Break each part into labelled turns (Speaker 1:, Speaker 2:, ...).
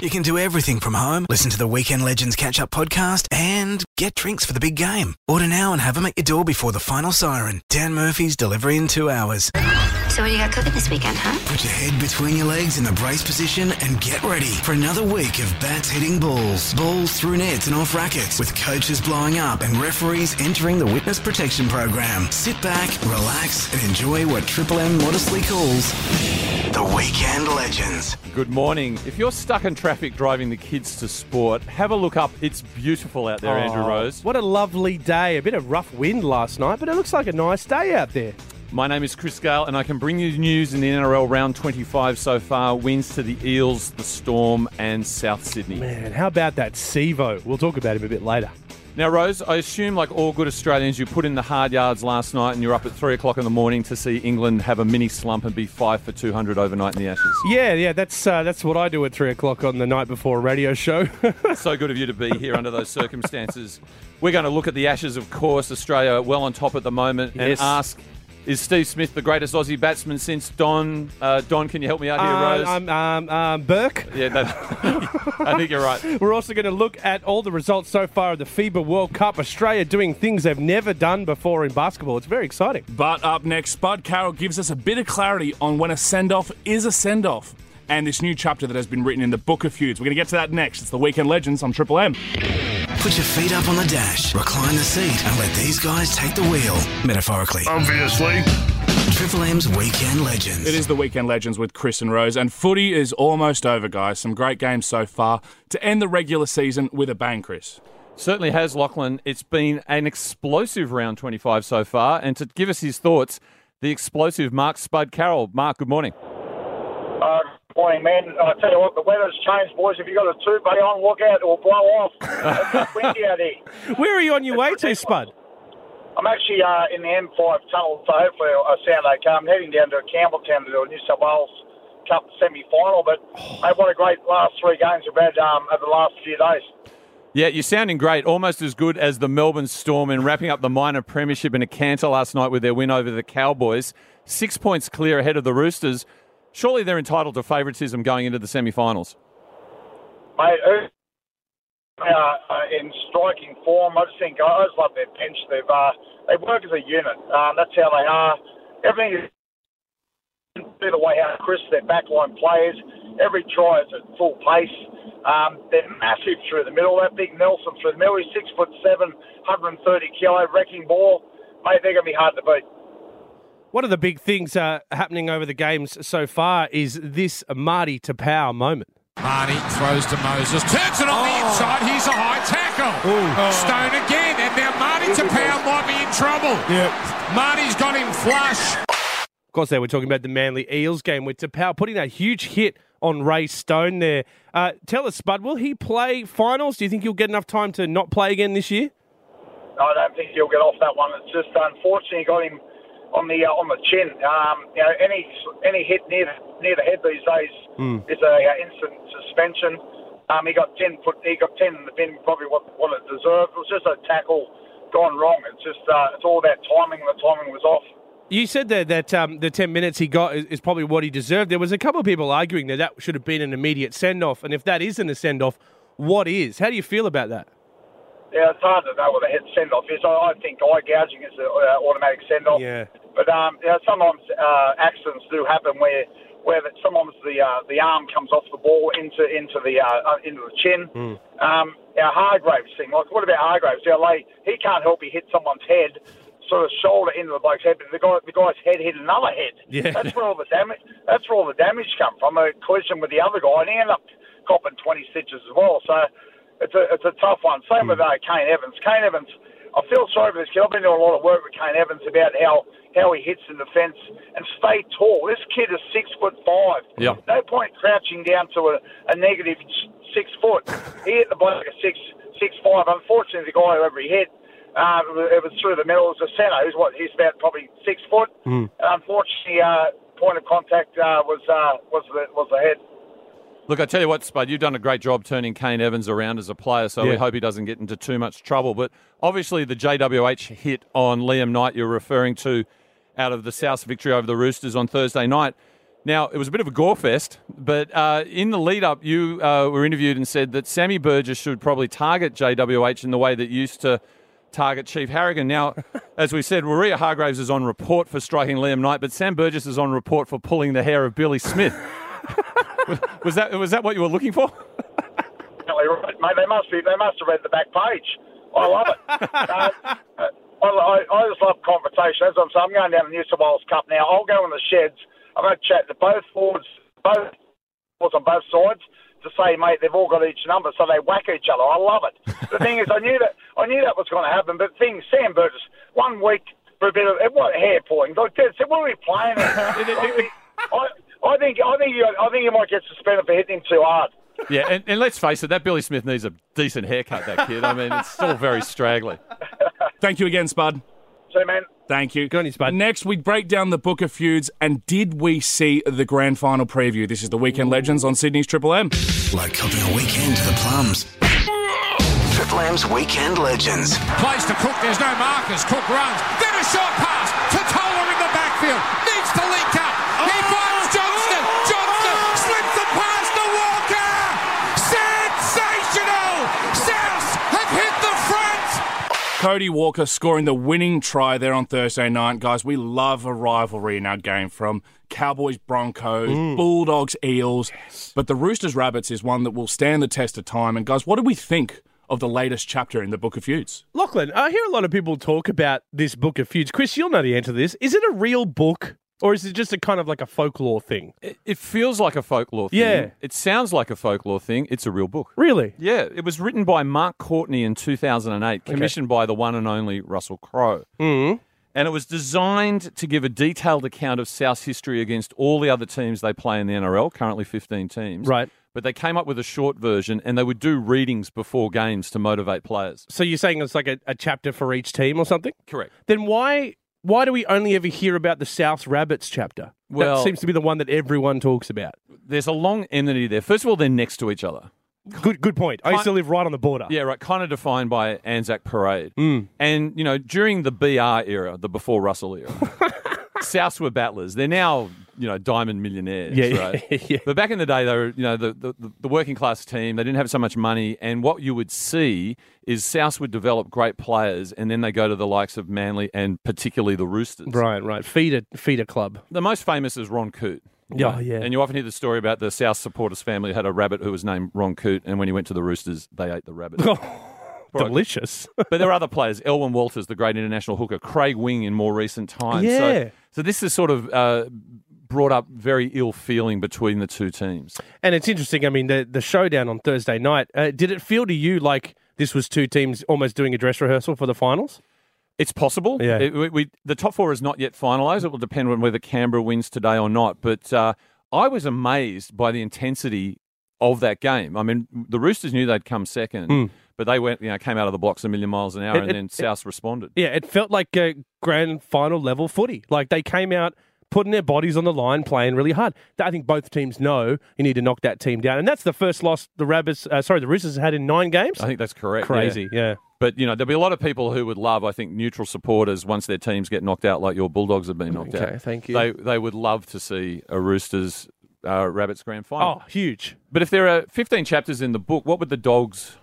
Speaker 1: You can do everything from home, listen to the Weekend Legends catch up podcast, and get drinks for the big game. Order now and have them at your door before the final siren. Dan Murphy's delivery in two hours.
Speaker 2: So what do you got cooking this weekend, huh?
Speaker 1: Put your head between your legs in the brace position and get ready for another week of bats hitting balls, balls through nets and off rackets, with coaches blowing up and referees entering the witness protection program. Sit back, relax, and enjoy what Triple M modestly calls the Weekend Legends.
Speaker 3: Good morning. If you're stuck in traffic driving the kids to sport, have a look up. It's beautiful out there, Andrew
Speaker 4: Oh,
Speaker 3: Rose.
Speaker 4: What a lovely day. A bit of rough wind last night, but it looks like a nice day out there.
Speaker 3: My name is Chris Gale, and I can bring you the news in the NRL round 25 so far. Wins to the Eels, the Storm, and South Sydney.
Speaker 4: Man, how about that Sevo? We'll talk about him a bit later.
Speaker 3: Now, Rose, I assume, like all good Australians, you put in the hard yards last night and you're up at 3 o'clock in the morning to see England have a mini slump and be 5 for 200 overnight in the Ashes.
Speaker 4: Yeah, yeah, that's uh, that's what I do at three o'clock on the night before a radio show.
Speaker 3: so good of you to be here under those circumstances. We're going to look at the Ashes, of course. Australia well on top at the moment, and
Speaker 4: Yes.
Speaker 3: ask: Is Steve Smith the greatest Aussie batsman since Don? Uh, Don, can you help me out here, Rose?
Speaker 4: um, um, um, Burke.
Speaker 3: yeah, that, I think you're right.
Speaker 4: We're also going to look at all the results so far of the FIBA World Cup. Australia doing things they've never done before in basketball. It's very exciting.
Speaker 5: But up next, Bud Carroll gives us a bit of clarity on when a send off is a send off and this new chapter that has been written in the Book of Feuds. We're going to get to that next. It's the Weekend Legends on Triple M.
Speaker 1: Put your feet up on the dash, recline the seat, and let these guys take the wheel, metaphorically.
Speaker 5: Um.
Speaker 6: Obviously.
Speaker 1: Triple M's Weekend Legends.
Speaker 5: It is the Weekend Legends with Chris and Rose, and footy is almost over, guys. Some great games so far to end the regular season with a bang, Chris.
Speaker 3: Certainly has Lachlan. It's been an explosive round 25 so far, and to give us his thoughts, the explosive Mark Spud Carroll. Mark, good morning.
Speaker 7: Uh, good morning, man. Uh, I tell you what, the weather's changed, boys. If you got a two bay on, look out, it will blow off. it's windy out here.
Speaker 4: Where are you on your way to, Spud?
Speaker 7: I'm actually uh, in the M5 tunnel, so hopefully I sound okay. I'm heading down to Campbelltown to do a New South Wales Cup semi final, but hey, what a great last three games we've had um, over the last few days.
Speaker 3: Yeah, you're sounding great. Almost as good as the Melbourne Storm in wrapping up the minor premiership in a canter last night with their win over the Cowboys. Six points clear ahead of the Roosters. Surely they're entitled to favouritism going into the semi finals.
Speaker 7: Mate, who uh, uh, in striking form. I just think I just love their bench. They've uh, they work as a unit. Um, that's how they are. Everything is through the way out. Chris, their backline players. Every try is at full pace. Um, they're massive through the middle. That big Nelson through the middle. He's six foot seven, 130 kilo, wrecking ball. Mate, they're gonna be hard to beat.
Speaker 4: One of the big things uh, happening over the games so far is this Marty Tapau moment.
Speaker 8: Marnie throws to Moses, turns it on the
Speaker 5: Oh.
Speaker 8: inside. Here's a high tackle. Oh. Stone again, and now Marnie Tapau might be in trouble. Yep. Marnie's got him flush.
Speaker 4: Of course, they were talking about the Manly Eels game with Tapau putting that huge hit on Ray Stone there. Uh, tell us, Spud, will he play finals? Do you think he'll get enough time to not play again this year?
Speaker 7: I don't think he'll get off that one. It's just unfortunately got him on the uh, on the chin. Um, you know, any any hit near the, near the head these days is a uh, instant suspension. Um, he got ten foot. He got ten in the bin. Probably what what it deserved. It was just a tackle gone wrong. It's just uh, it's all about timing. The timing was off.
Speaker 4: You said there that um, the 10 minutes he got is, is probably what he deserved. There was a couple of people arguing that that should have been an immediate send off. And if that isn't a send off, what is? How do you feel about that?
Speaker 7: Yeah, it's hard to know what a head send off is. I, I think eye gouging is an uh, automatic send off.
Speaker 4: Yeah.
Speaker 7: But um, you know, sometimes uh, accidents do happen where where that sometimes the uh, the arm comes off the ball into into the uh, uh, into the chin.
Speaker 4: Hmm.
Speaker 7: Um, our Hargraves thing, like what about Hargraves? Yeah, like, he can't help he hit someone's head, sort of shoulder into the bloke's head, but the guy the guy's head hit another head.
Speaker 4: Yeah.
Speaker 7: That's where all the damage that's where all the damage come from a collision with the other guy, and he ended up copping twenty stitches as well. So it's a it's a tough one. Same with uh, Kane Evans. Kane Evans, I feel sorry for this kid. I've been doing a lot of work with Kane Evans about how how he hits in defence and stay tall. This kid is six foot five.
Speaker 3: Yep.
Speaker 7: No point crouching down to a, a negative s- six foot. He hit the bloke at six six five. Unfortunately, the guy whoever he hit. Uh, it was- it was through the middle. It was a centre who's what he's about probably six foot. And unfortunately, uh, point of contact uh, was uh, was the was the head.
Speaker 3: Look, I tell you what, Spud, you've done a great job turning Kane Evans around as a player, so we
Speaker 4: Yeah.
Speaker 3: hope he doesn't get into too much trouble. But obviously, the JWH hit on Liam Knight you're referring to out of the South's victory over the Roosters on Thursday night. Now, it was a bit of a gore fest, but uh, in the lead up, you uh, were interviewed and said that Sammy Burgess should probably target JWH in the way that used to target Chief Harrigan. Now, as we said, Maria Hargraves is on report for striking Liam Knight, but Sam Burgess is on report for pulling the hair of Billy Smith. was, that, was that what you were looking for?
Speaker 7: Definitely right, mate. They must be. They must have read the back page. I love it. uh, I, I, I just love conversation. As I'm saying, I'm going down to the New South Wales Cup now. I'll go in the sheds. I'm going to chat to both forwards, both forwards on both sides to say, mate, they've all got each number, so they whack each other. I love it. The thing is, I knew that I knew that was going to happen. But the thing, Sam Burgess, one week for a bit of what hair pulling. Like, dude, so what are we playing? at? I, I think I think you, I think you might get suspended for hitting him too hard.
Speaker 3: Yeah, and, and let's face it, that Billy Smith needs a decent haircut, that kid. I mean, it's still very straggly.
Speaker 5: Thank you again, Spud.
Speaker 7: So, man.
Speaker 5: Thank you.
Speaker 4: Good on you, Spud.
Speaker 5: Next, we break down the book of feuds and did we see the grand final preview? This is the Weekend Legends on Sydney's Triple M.
Speaker 1: Like copping a weekend to the plums. Triple M's Weekend Legends.
Speaker 8: Plays to Cook. There's no markers. Cook runs. Then a short pass. Totola in the backfield. Needs to link up. He finds Johnston. Johnston slips the pass to Walker. Sensational. South have hit the front.
Speaker 5: Cody Walker scoring the winning try there on Thursday night. Guys, we love a rivalry in our game from Cowboys, Broncos, Bulldogs, Eels. But the Roosters Rabbits is one that will stand the test of time. And guys, what do we think of the latest chapter in the Book of Feuds?
Speaker 4: Lachlan, I hear a lot of people talk about this book of feuds. Chris, you'll know the answer to this. Is it a real book or is it just a kind of like a folklore thing?
Speaker 3: It, it feels like a folklore thing.
Speaker 4: Yeah.
Speaker 3: It sounds like a folklore thing. It's a real book.
Speaker 4: Really?
Speaker 3: Yeah, it was written by Mark Courtney in 2008, commissioned by the one and only Russell Crowe. Mm-hmm. And it was designed to give a detailed account of South's history against all the other teams they play in the NRL, currently 15 teams.
Speaker 4: Right.
Speaker 3: But they came up with a short version and they would do readings before games to motivate players.
Speaker 4: So you're saying it's like a, a chapter for each team or something?
Speaker 3: Correct.
Speaker 4: Then why why do we only ever hear about the South Rabbits chapter?
Speaker 3: Well-
Speaker 4: that seems to be the one that everyone talks about.
Speaker 3: There's a long enmity there. First of all, they're next to each other.
Speaker 4: Good good point. I used to live right on the border.
Speaker 3: Yeah, right. Kind of defined by Anzac Parade.
Speaker 4: Mm.
Speaker 3: And, you know, during the BR era, the before Russell era, Souths were battlers. They're now, you know, diamond millionaires.
Speaker 4: Yeah, yeah,
Speaker 3: right?
Speaker 4: yeah.
Speaker 3: But back in the day, they were, you know, the, the, the working class team, they didn't have so much money. And what you would see is Souths would develop great players and then they go to the likes of Manly and particularly the Roosters.
Speaker 4: Right, right. Feeder feeder club.
Speaker 3: The most famous is Ron Coote.
Speaker 4: Yeah, oh, yeah.
Speaker 3: And you often hear the story about the South supporters family had a rabbit who was named Ron Coote, and when he went to the Roosters, they ate the rabbit.
Speaker 4: Delicious.
Speaker 3: But there are other players. Elwin Walters, the great international hooker. Craig Wing in more recent times.
Speaker 4: Yeah.
Speaker 3: So, so this is sort of uh, brought up very ill feeling between the two teams.
Speaker 4: and it's interesting. I mean, the the showdown on Thursday night. Uh, did it feel to you like this was two teams almost doing a dress rehearsal for the finals?
Speaker 3: It's possible.
Speaker 4: Yeah.
Speaker 3: It- we, we, the top four is not yet finalised. It will depend on whether Canberra wins today or not. But uh, I was amazed by the intensity of that game. I mean, the Roosters knew they'd come second, but they went, you know, came out of the blocks a million miles an hour,
Speaker 4: Hmm. It-
Speaker 3: and
Speaker 4: it-
Speaker 3: then South responded.
Speaker 4: Yeah, it felt like a grand final level footy. Like they came out putting their bodies on the line, playing really hard. I think both teams know you need to knock that team down, and that's the first loss the Rabbits, uh, sorry, the Roosters had in nine games.
Speaker 3: I think that's correct. yeah.
Speaker 4: Crazy, yeah.
Speaker 3: But you know, there'll be a lot of people who would love, I think, neutral supporters once their teams get knocked out, like your Bulldogs have been knocked out.
Speaker 4: Okay, thank you.
Speaker 3: They they would love to see a Roosters uh, Rabbits grand final.
Speaker 4: Oh, huge.
Speaker 3: But if there are 15 chapters in the book, what would the Dogs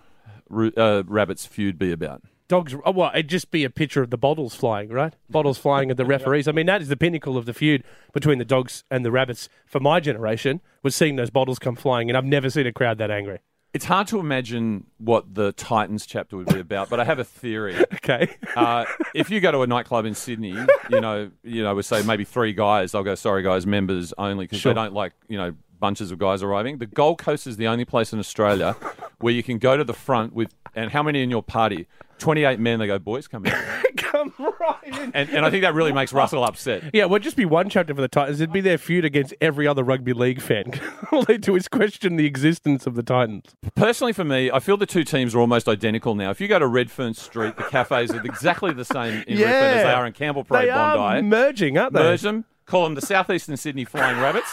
Speaker 3: Ro- uh, Rabbits feud be about?
Speaker 4: Dogs. Oh, well, it'd just be a picture of the bottles flying, right? Bottles flying at the referees. I mean, that is the pinnacle of the feud between the dogs and the rabbits for my generation. Was seeing those bottles come flying, and I've never seen a crowd that angry.
Speaker 3: It's hard to imagine what the Titans chapter would be about, but I have a theory.
Speaker 4: Okay.
Speaker 3: Uh, if you go to a nightclub in Sydney, you know, you know, we say maybe three guys. They'll go, sorry guys, members only, because
Speaker 4: Sure.
Speaker 3: they don't like you know bunches of guys arriving. The Gold Coast is the only place in Australia where you can go to the front with and how many in your party? Twenty-eight men. They go, boys, come here.
Speaker 4: come right in.
Speaker 3: And, and I think that really makes Russell upset.
Speaker 4: Yeah, it would just be one chapter for the Titans. It'd be their feud against every other rugby league fan. All they do is question the existence of the Titans.
Speaker 3: Personally, for me, I feel the two teams are almost identical now. If you go to Redfern Street, the cafes are exactly the same in Redfern as they are in Campbell Parade,
Speaker 4: They are
Speaker 3: Bondi.
Speaker 4: merging, aren't they?
Speaker 3: merge them, call them the Southeastern Sydney Flying Rabbits,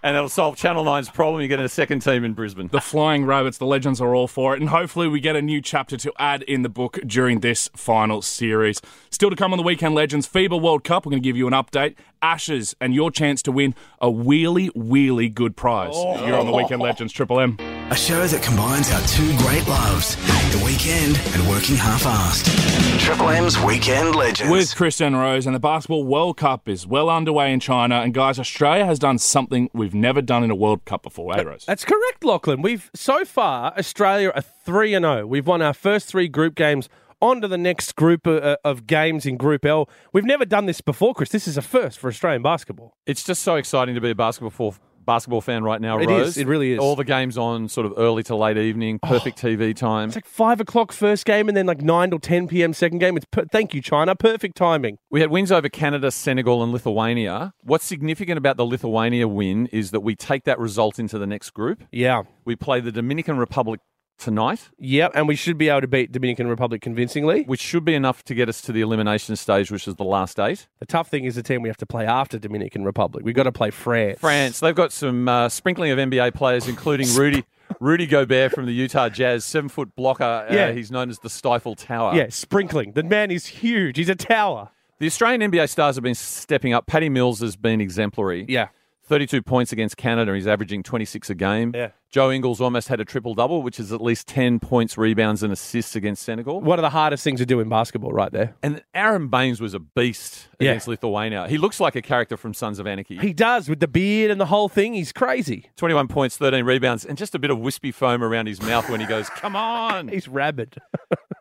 Speaker 3: and it'll solve Channel 9's problem. You get a second team in Brisbane.
Speaker 5: The Flying Rabbits, the legends are all for it, and hopefully we get a new chapter to add in the book during this final series. Still to come on the Weekend Legends FIBA World Cup, we're going to give you an update ashes, and your chance to win a really, really good prize. You're on the Weekend Legends Triple M.
Speaker 1: A show that combines our two great loves, the weekend and working half-assed. Triple M's Weekend Legends.
Speaker 5: With Christian Rose, and the Basketball World Cup is well underway in China. And guys, Australia has done something we've never done in a World Cup before, eh, Rose?
Speaker 4: That's correct, Lachlan. We've so far Australia are three and zero. We've won our first three group games. On to the next group uh, of games in Group L. We've never done this before, Chris. This is a first for Australian basketball.
Speaker 3: It's just so exciting to be a basketball basketball fan right now,
Speaker 4: It
Speaker 3: Rose.
Speaker 4: is, it really is.
Speaker 3: All the games on sort of early to late evening, perfect TV time.
Speaker 4: It's like five o'clock first game, and then like nine till ten p.m. second game. It's per- thank you China, perfect timing.
Speaker 3: We had wins over Canada, Senegal, and Lithuania. What's significant about the Lithuania win is that we take that result into the next group.
Speaker 4: Yeah,
Speaker 3: We play the Dominican Republic tonight,
Speaker 4: yeah, and we should be able to beat Dominican Republic convincingly.
Speaker 3: which should be enough to get us to the elimination stage, which is the last eight.
Speaker 4: The tough thing is the team we have to play after Dominican Republic. We've got to play France.
Speaker 3: France, they've got some uh, sprinkling of NBA players, including Rudy. Rudy Gobert from the Utah Jazz, seven foot blocker. Uh,
Speaker 4: Yeah.
Speaker 3: He's known as the Stifle Tower.
Speaker 4: Yeah, sprinkling. The man is huge. He's a tower.
Speaker 3: The Australian NBA stars have been stepping up. Patty Mills has been exemplary.
Speaker 4: Yeah.
Speaker 3: 32 points against Canada. He's averaging 26 a game.
Speaker 4: Yeah.
Speaker 3: Joe Ingles almost had a triple double, which is at least 10 points, rebounds, and assists against Senegal.
Speaker 4: One of the hardest things to do in basketball, right there.
Speaker 3: And Aaron Baines was a beast
Speaker 4: Yeah.
Speaker 3: against Lithuania. He looks like a character from Sons of Anarchy.
Speaker 4: He does with the beard and the whole thing. He's crazy.
Speaker 3: 21 points, 13 rebounds, and just a bit of wispy foam around his mouth when he goes, Come on.
Speaker 4: He's rabid.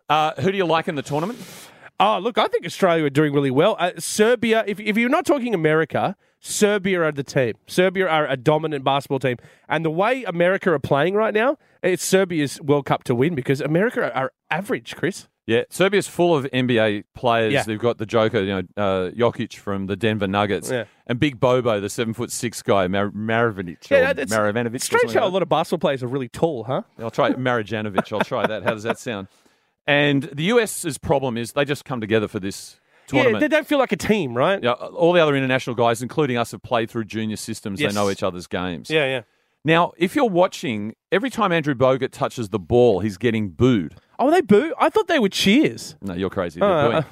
Speaker 3: Uh, who do you like in the tournament?
Speaker 4: oh, look, I think Australia are doing really well. Uh, Serbia, if, if you're not talking America, Serbia are the team. Serbia are a dominant basketball team. And the way America are playing right now, it's Serbia's World Cup to win because America are, are average, Chris.
Speaker 3: Yeah, Serbia's full of NBA players.
Speaker 4: Yeah.
Speaker 3: They've got the Joker, you know, uh, Jokic from the Denver Nuggets,
Speaker 4: Yeah.
Speaker 3: and Big Bobo, the seven foot six guy, Mar- Maravanovic.
Speaker 4: Yeah,
Speaker 3: or
Speaker 4: that's-
Speaker 3: Maravanovic. or
Speaker 4: Strange
Speaker 3: something
Speaker 4: how a
Speaker 3: like
Speaker 4: lot of basketball players are really tall, huh?
Speaker 3: that. I'll try Marajanovic. I'll try that. How does that sound? And the US's problem is they just come together for this
Speaker 4: Yeah,
Speaker 3: tournament.
Speaker 4: they don't feel like a team, right?
Speaker 3: Yeah, all the other international guys, including us, have played through junior systems.
Speaker 4: Yes.
Speaker 3: They know each other's games.
Speaker 4: Yeah, yeah.
Speaker 3: Now, if you're watching, every time Andrew Bogut touches the ball, he's getting booed.
Speaker 4: Oh, they boo? I thought they were cheers.
Speaker 3: No, you're crazy. They're
Speaker 4: Uh,
Speaker 3: booing.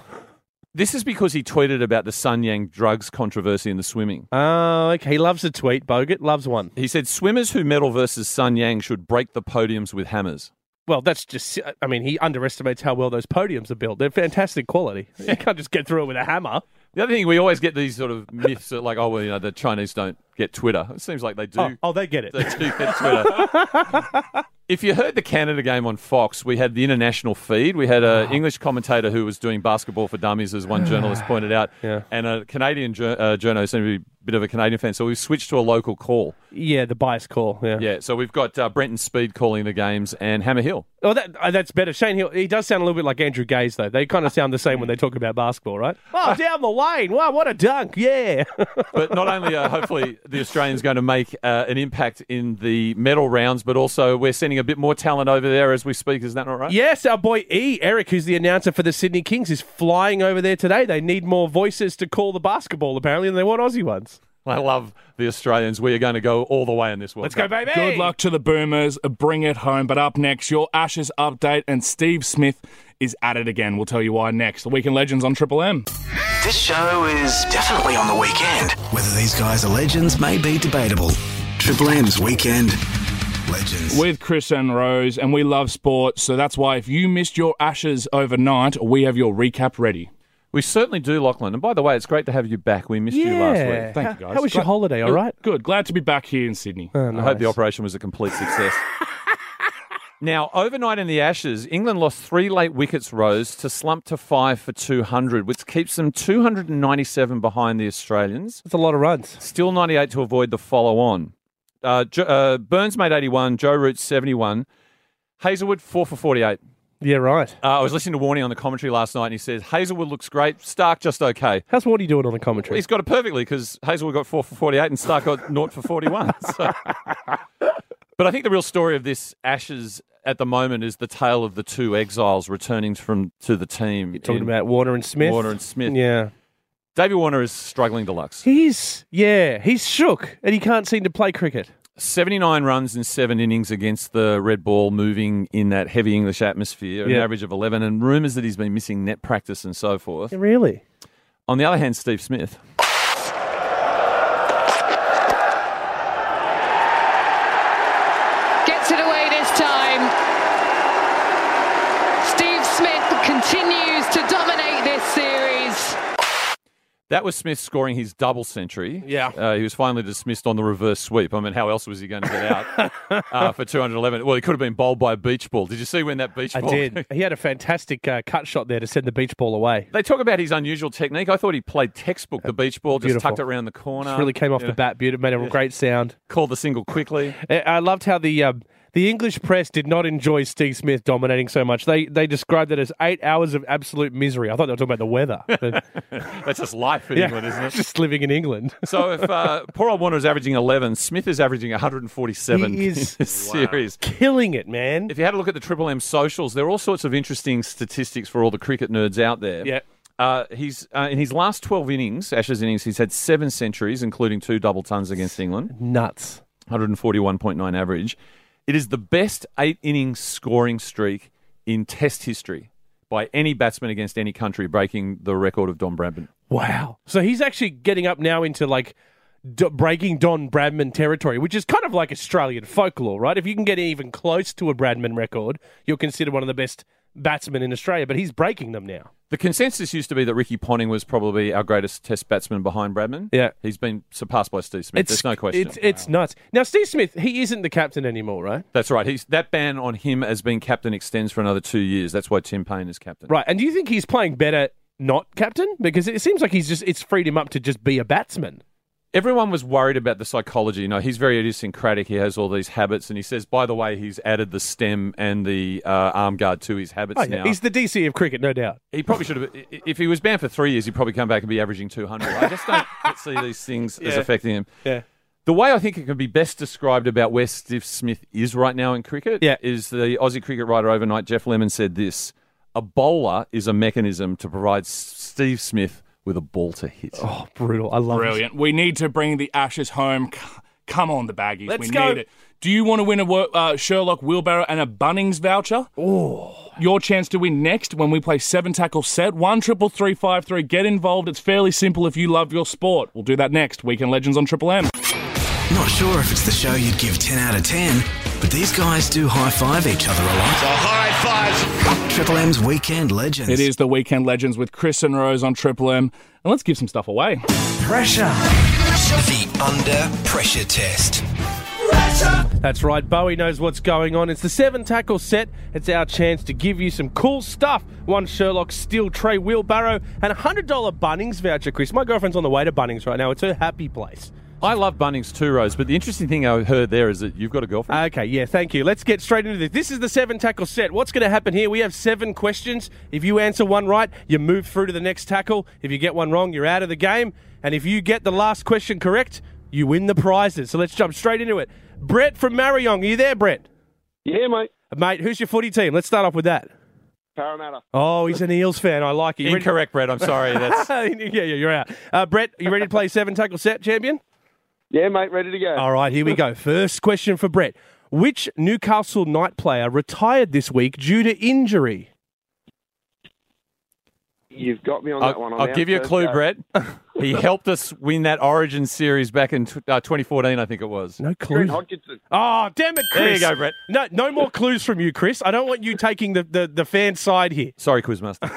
Speaker 3: This is because he tweeted about the Sun Yang drugs controversy in the swimming.
Speaker 4: Oh, okay. He loves a tweet, Bogut. Loves one.
Speaker 3: He said swimmers who medal versus Sun Yang should break the podiums with hammers.
Speaker 4: Well, that's just, I mean, he underestimates how well those podiums are built. They're fantastic quality. You can't just get through it with a hammer.
Speaker 3: The other thing we always get these sort of myths that like, oh well, you know, the Chinese don't get Twitter. It seems like they do.
Speaker 4: Oh, oh, they get it.
Speaker 3: They do get Twitter. if you heard the Canada game on Fox, we had the international feed. We had an English commentator who was doing basketball for dummies, as one journalist pointed out,
Speaker 4: Yeah.
Speaker 3: and a Canadian jour- uh, journalist, and a bit of a Canadian fan. So we switched to a local call.
Speaker 4: Yeah, the bias call. Yeah.
Speaker 3: Yeah, so we've got uh, Brenton Speed calling the games and Hammer Hill.
Speaker 4: Oh, that, uh, that's better. Shane Hill, he does sound a little bit like Andrew Gaze, though. They kind of sound the same when they talk about basketball, right? Oh, down the lane. Wow, what a dunk. Yeah.
Speaker 3: But not only are hopefully the Australians going to make uh, an impact in the medal rounds, but also we're sending a bit more talent over there as we speak. Is that not right?
Speaker 4: yes, our boy E, Eric, who's the announcer for the Sydney Kings, is flying over there today. They need more voices to call the basketball, apparently, and they want Aussie ones.
Speaker 3: I love the Australians. We are going to go all the way in this world.
Speaker 4: Let's go, baby.
Speaker 5: Good luck to the Boomers. Bring it home. But up next, your Ashes update, and Steve Smith is at it again. We'll tell you why next. The Weekend Legends on Triple M.
Speaker 1: This show is definitely on the weekend. Whether these guys are legends may be debatable. Triple M's Weekend Legends.
Speaker 5: with Chris and Rose, and we love sports, so that's why if you missed your ashes overnight, we have your recap ready.
Speaker 3: We certainly do, Lachlan. And by the way, it's great to have you back. We missed you last week.
Speaker 5: Thank
Speaker 4: How-
Speaker 5: you, guys.
Speaker 4: How was your
Speaker 5: Glad-
Speaker 4: holiday? All right.
Speaker 5: Good. Glad to be back here in Sydney.
Speaker 3: I hope the operation was a complete success. now, overnight in the Ashes, England lost three late wickets, Rose, to slump to five for 200, which keeps them 297 behind the Australians.
Speaker 4: That's a lot of runs.
Speaker 3: Still 98 to avoid the follow on. Uh, jo- uh, Burns made 81, Joe Root 71, Hazelwood 4 for 48.
Speaker 4: Yeah, right.
Speaker 3: Uh, I was listening to Warning on the commentary last night and he says Hazelwood looks great, Stark just okay.
Speaker 4: How's Wardy doing on the commentary?
Speaker 3: He's got it perfectly because Hazelwood got 4 for 48 and Stark got 0 for 41. So. But I think the real story of this Ashes at the moment is the tale of the two exiles returning from to the team. You're
Speaker 4: Talking about Warner and Smith.
Speaker 3: Warner and Smith.
Speaker 4: Yeah.
Speaker 3: Davey Warner is struggling deluxe.
Speaker 4: He's, yeah, he's shook and he can't seem to play cricket.
Speaker 3: 79 runs in seven innings against the red ball moving in that heavy English atmosphere,
Speaker 4: Yeah.
Speaker 3: an average of 11, and rumours that he's been missing net practice and so forth.
Speaker 4: Really?
Speaker 3: On the other hand, Steve Smith. That was Smith scoring his double century.
Speaker 4: Yeah.
Speaker 3: Uh, he was finally dismissed on the reverse sweep. I mean, how else was he going to get out uh, for 211? Well, he could have been bowled by a beach ball. Did you see when that beach
Speaker 4: I
Speaker 3: ball?
Speaker 4: did. He had a fantastic uh, cut shot there to send the beach ball away.
Speaker 3: They talk about his unusual technique. I thought he played textbook the beach ball, just
Speaker 4: Uh, Beautiful.
Speaker 3: tucked it around the corner.
Speaker 4: Just really came off
Speaker 3: you
Speaker 4: the
Speaker 3: know,
Speaker 4: bat, beautiful, made a great sound.
Speaker 3: Called the single quickly.
Speaker 4: I- I loved how the um, the English press did not enjoy Steve Smith dominating so much. They they described it as eight hours of absolute misery. I thought they were talking about the weather. But,
Speaker 3: That's just life in
Speaker 4: yeah,
Speaker 3: England, isn't it?
Speaker 4: just living in England.
Speaker 3: So if uh, poor old Warner is averaging 11, Smith is averaging 147
Speaker 4: He is-
Speaker 3: in this series.
Speaker 4: Killing it, man.
Speaker 3: If you had a look at the Triple M socials, there are all sorts of interesting statistics for all the cricket nerds out there.
Speaker 4: Yeah.
Speaker 3: Uh, he's uh, in his last 12 innings, Ashes innings, he's had seven centuries, including two double tons against England,
Speaker 4: Nuts.
Speaker 3: 141.9 average. It is the best eight innings scoring streak in Test history by any batsman against any country, breaking the record of Don Bradman.
Speaker 4: Wow. So he's actually getting up now into like d- breaking Don Bradman territory, which is kind of like Australian folklore, right? If you can get even close to a Bradman record, you're considered one of the best batsmen in Australia, but he's breaking them now.
Speaker 3: The consensus used to be that Ricky Ponting was probably our greatest Test batsman behind Bradman.
Speaker 4: Yeah.
Speaker 3: he's been surpassed by Steve Smith. There's no question.
Speaker 4: It's, it's nuts. Now, Steve Smith, he isn't the captain anymore, right?
Speaker 3: That's right. He's that ban on him as being captain extends for another two years. That's why Tim Payne is captain.
Speaker 4: Right. And do you think he's playing better not captain? Because it seems like he's just, it's freed him up to just be a batsman.
Speaker 3: Everyone was worried about the psychology. You know, he's very idiosyncratic. He has all these habits, and he says, by the way, he's added the stem and the uh, arm guard to his habits now.
Speaker 4: Oh, He's the DC of cricket, no doubt.
Speaker 3: He probably should have. i- i- If he was banned for three years, he'd probably come back and be averaging two hundred. I just don't see these things as affecting him.
Speaker 4: Yeah.
Speaker 3: The way I think it can be best described about where Steve Smith is right now in cricket
Speaker 4: Yeah.
Speaker 3: is the Aussie cricket writer overnight, Jeff Lemon, said this A bowler is a mechanism to provide S- Steve Smith with a ball to hit.
Speaker 4: Oh, brutal. I love it.
Speaker 5: Brilliant. We need to bring the Ashes home. C- Come on, the baggies.
Speaker 4: Let's
Speaker 5: we
Speaker 4: go.
Speaker 5: need it. Do you want to win a wo- uh, Sherlock wheelbarrow and a Bunnings voucher? Oh. Your chance to win next when we play seven tackle set. One triple three five three. Get involved. It's fairly simple if you love your sport. We'll do that next. Weekend Legends on Triple M.
Speaker 1: Not sure if it's the show you'd give 10 out of 10, but these guys do high five each other a lot. Triple M's Weekend Legends.
Speaker 5: It is the Weekend Legends with Chris and Rose on Triple M. And let's give some stuff away.
Speaker 1: pressure. The under pressure test.
Speaker 4: That's right. Bowie knows what's going on. It's the seven tackle set. It's our chance to give you some cool stuff. One Sherlock steel tray wheelbarrow and a $100 Bunnings voucher, Chris. My girlfriend's on the way to Bunnings right now. It's her happy place.
Speaker 3: I love Bunnings too, Rose, but the interesting thing I heard there is that you've got a girlfriend.
Speaker 4: Okay, yeah, thank you. Let's get straight into this. This is the seven tackle set. What's going to happen here? We have seven questions. If you answer one right, you move through to the next tackle. If you get one wrong, you're out of the game. And if you get the last question correct, you win the prizes. So let's jump straight into it. Brett from Marion, are you there, Brett?
Speaker 6: Yeah, mate.
Speaker 4: Mate, who's your footy team? Let's start off with that.
Speaker 6: Parramatta.
Speaker 4: Oh, he's an Eels fan. I like it. You ready-
Speaker 3: Incorrect, Brett. I'm sorry. That's
Speaker 4: yeah, yeah, you're out. Uh, Brett, you ready to play seven tackle set, champion?
Speaker 6: Yeah, mate, ready to go.
Speaker 4: All right, here we go. First question for Brett. Which Newcastle Knight player retired this week due to injury?
Speaker 6: You've got me on that
Speaker 3: I'll,
Speaker 6: one. I'm
Speaker 3: I'll
Speaker 6: out
Speaker 3: give you a
Speaker 6: first
Speaker 3: clue,
Speaker 6: go.
Speaker 3: Brett. He helped us win that Origin series back in tw uh, 2014, I think it was.
Speaker 4: No
Speaker 6: Grant
Speaker 4: clues.
Speaker 6: Hodgkinson.
Speaker 4: Oh, damn it, Chris.
Speaker 3: There you go, Brett.
Speaker 4: No, no more clues from you, Chris. I don't want you taking the, the, the fan side here.
Speaker 3: Sorry, Quizmaster.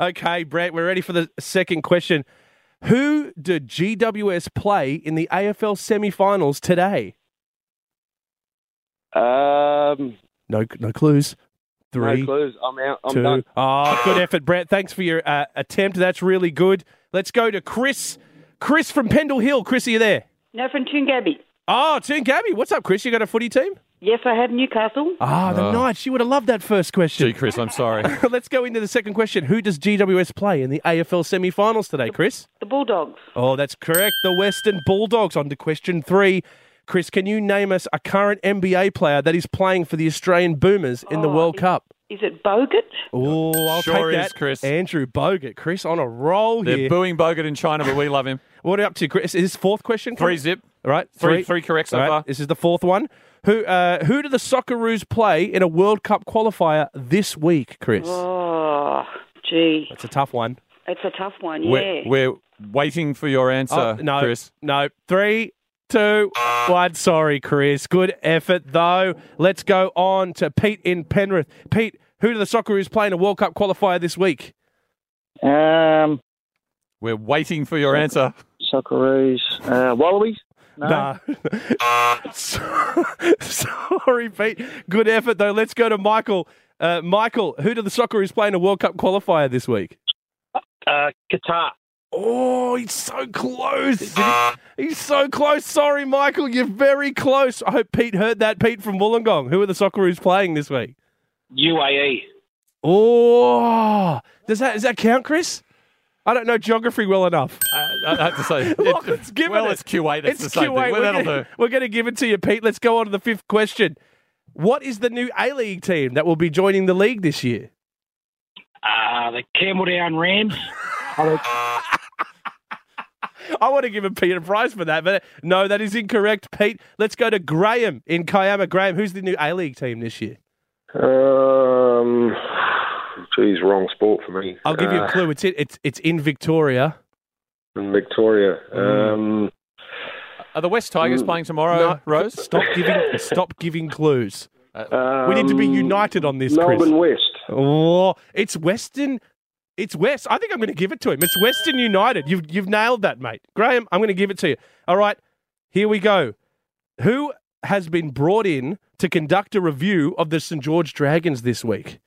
Speaker 4: Okay, Brett, we're ready for the second question. Who did GWS play in the AFL semi-finals today?
Speaker 6: Um,
Speaker 4: No, no clues. Three,
Speaker 6: no clues. I'm out. I'm
Speaker 4: two.
Speaker 6: done.
Speaker 4: Oh, good effort, Brett. Thanks for your uh, attempt. That's really good. Let's go to Chris. Chris from Pendle Hill. Chris, are you there?
Speaker 9: No, from Toongabby.
Speaker 4: Oh, Team Gabby. What's up, Chris? You got a footy team?
Speaker 9: Yes, I have Newcastle.
Speaker 4: Ah, the night. She would have loved that first
Speaker 3: Gee,
Speaker 4: question.
Speaker 3: Chris, I'm sorry.
Speaker 4: Let's go into the second question. Who does GWS play in the AFL semi finals today, Chris?
Speaker 9: The Bulldogs.
Speaker 4: Oh, that's correct. The Western Bulldogs. On to question three. Chris, can you name us a current NBA player that is playing for the Australian Boomers in the
Speaker 9: Oh,
Speaker 4: World
Speaker 9: it-
Speaker 4: Cup?
Speaker 9: Is it Bogut?
Speaker 4: Oh, I'll
Speaker 3: Sure
Speaker 4: take
Speaker 3: is,
Speaker 4: that.
Speaker 3: Chris.
Speaker 4: Andrew Bogut. Chris on a roll
Speaker 3: They're
Speaker 4: here.
Speaker 3: booing Bogut in China, but we love him.
Speaker 4: What are you up to, Chris? Is this fourth question?
Speaker 3: Three zip.
Speaker 4: All right,
Speaker 3: Three- three correct so
Speaker 4: All
Speaker 3: far.
Speaker 4: This is the fourth one. Who uh, who do the Socceroos play in a World Cup qualifier this week, Chris?
Speaker 9: Oh, gee.
Speaker 4: It's a tough one.
Speaker 9: It's a tough one, yeah.
Speaker 3: We're, we're waiting for your answer,
Speaker 4: Oh, no,
Speaker 3: Chris.
Speaker 4: no. Three, two, one. Sorry, Chris. Good effort though. Let's go on to Pete in Penrith. Pete, who do the Socceroos play in a World Cup qualifier this week?
Speaker 6: Um,
Speaker 3: We're waiting for your answer.
Speaker 6: Socceroos. Uh, Wallabies.
Speaker 4: Nah. Sorry, Pete. Good effort, though. Let's go to Michael. Uh, Michael, who do the Socceroos play in a World Cup qualifier this week?
Speaker 7: Uh, Qatar.
Speaker 4: Oh, he's so close. He's so close. Sorry, Michael. You're very close. I hope Pete heard that. Pete from Wollongong. Who are the Socceroos playing this week?
Speaker 7: UAE.
Speaker 4: Oh, does that, does that count, Chris? I don't know geography well enough.
Speaker 3: I I have to say,
Speaker 4: Look, it's given
Speaker 3: well,
Speaker 4: it.
Speaker 3: it's Q8. It's, the same
Speaker 4: Q8.
Speaker 3: thing. Well,
Speaker 4: We're
Speaker 3: that'll
Speaker 4: gonna-
Speaker 3: do.
Speaker 4: We're going to give it to you, Pete. Let's go on to the fifth question. What is the new A League team that will be joining the league this year?
Speaker 7: Uh, the Campbelldown Rams.
Speaker 4: I want to give a Pete a prize for that, but no, that is incorrect, Pete. Let's go to Graham in Kiama. Graham, who's the new A League team this year?
Speaker 10: Um, geez, wrong sport for me.
Speaker 4: I'll give you a
Speaker 10: Uh,
Speaker 4: clue. It's in, it's it's in Victoria.
Speaker 10: in Victoria. Um,
Speaker 3: Are the West
Speaker 4: Mm.
Speaker 3: Tigers playing tomorrow, Rose?
Speaker 4: Stop giving stop giving clues. Uh, We need to be
Speaker 10: um,
Speaker 4: united on this, Chris.
Speaker 10: Melbourne West.
Speaker 4: Oh, it's Western. It's West. I think I'm going to give it to him. It's Western United. You've you've nailed that, mate. Graham, I'm going to give it to you. All right, here we go. Who has been brought in to conduct a review of the St George Dragons this week?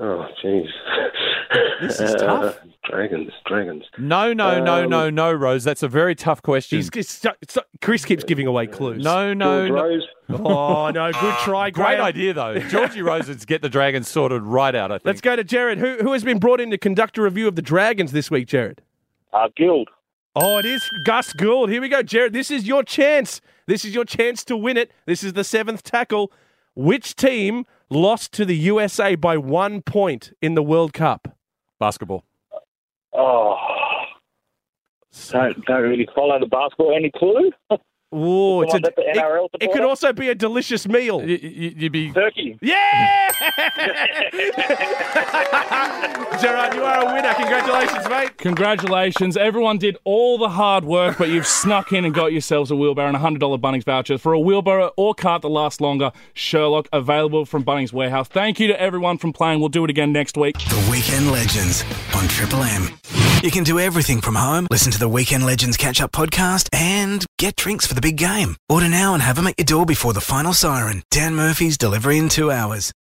Speaker 10: Oh, jeez. Uh,
Speaker 4: This is tough.
Speaker 10: Dragons, dragons.
Speaker 3: No, no, no,
Speaker 10: Um,
Speaker 3: no, no, Rose. That's a very tough question.
Speaker 4: He's, he's so- so- Chris keeps giving away clues.
Speaker 3: no, no,
Speaker 10: George
Speaker 3: no.
Speaker 10: Rose.
Speaker 4: Oh no, good try,
Speaker 3: Great
Speaker 4: Graham.
Speaker 3: idea though. Georgie Rose would get the Dragons sorted right out. I think.
Speaker 4: Let's go to Jared. Who who has been brought in to conduct a review of the Dragons this week, Jared?
Speaker 7: Uh, Guild.
Speaker 4: Oh, it is Gus Gould. Here we go, Jared. This is your chance. This is your chance to win it. This is the seventh tackle. Which team lost to the USA by one point in the World Cup?
Speaker 3: basketball.
Speaker 7: Oh. Don't, don't really follow the basketball. Any clue?
Speaker 4: Oh, it's a,
Speaker 7: one that the NRL
Speaker 4: it, it could
Speaker 7: supporter?
Speaker 4: also be a delicious meal.
Speaker 3: You, you, would be
Speaker 7: Turkey.
Speaker 4: Yeah! Gerard, you are a winner. Congratulations, mate.
Speaker 5: Congratulations. Everyone did all the hard work, but you've snuck in and got yourselves a wheelbarrow and a $100 Bunnings voucher for a wheelbarrow or cart that lasts longer. Sherlock, available from Bunnings Warehouse. Thank you to everyone from playing. We'll do it again next week.
Speaker 1: The Weekend Legends on Triple M. You can do everything from home. Listen to the Weekend Legends catch up podcast and get drinks for the big game. Order now and have them at your door before the final siren. Dan Murphy's delivery in two hours.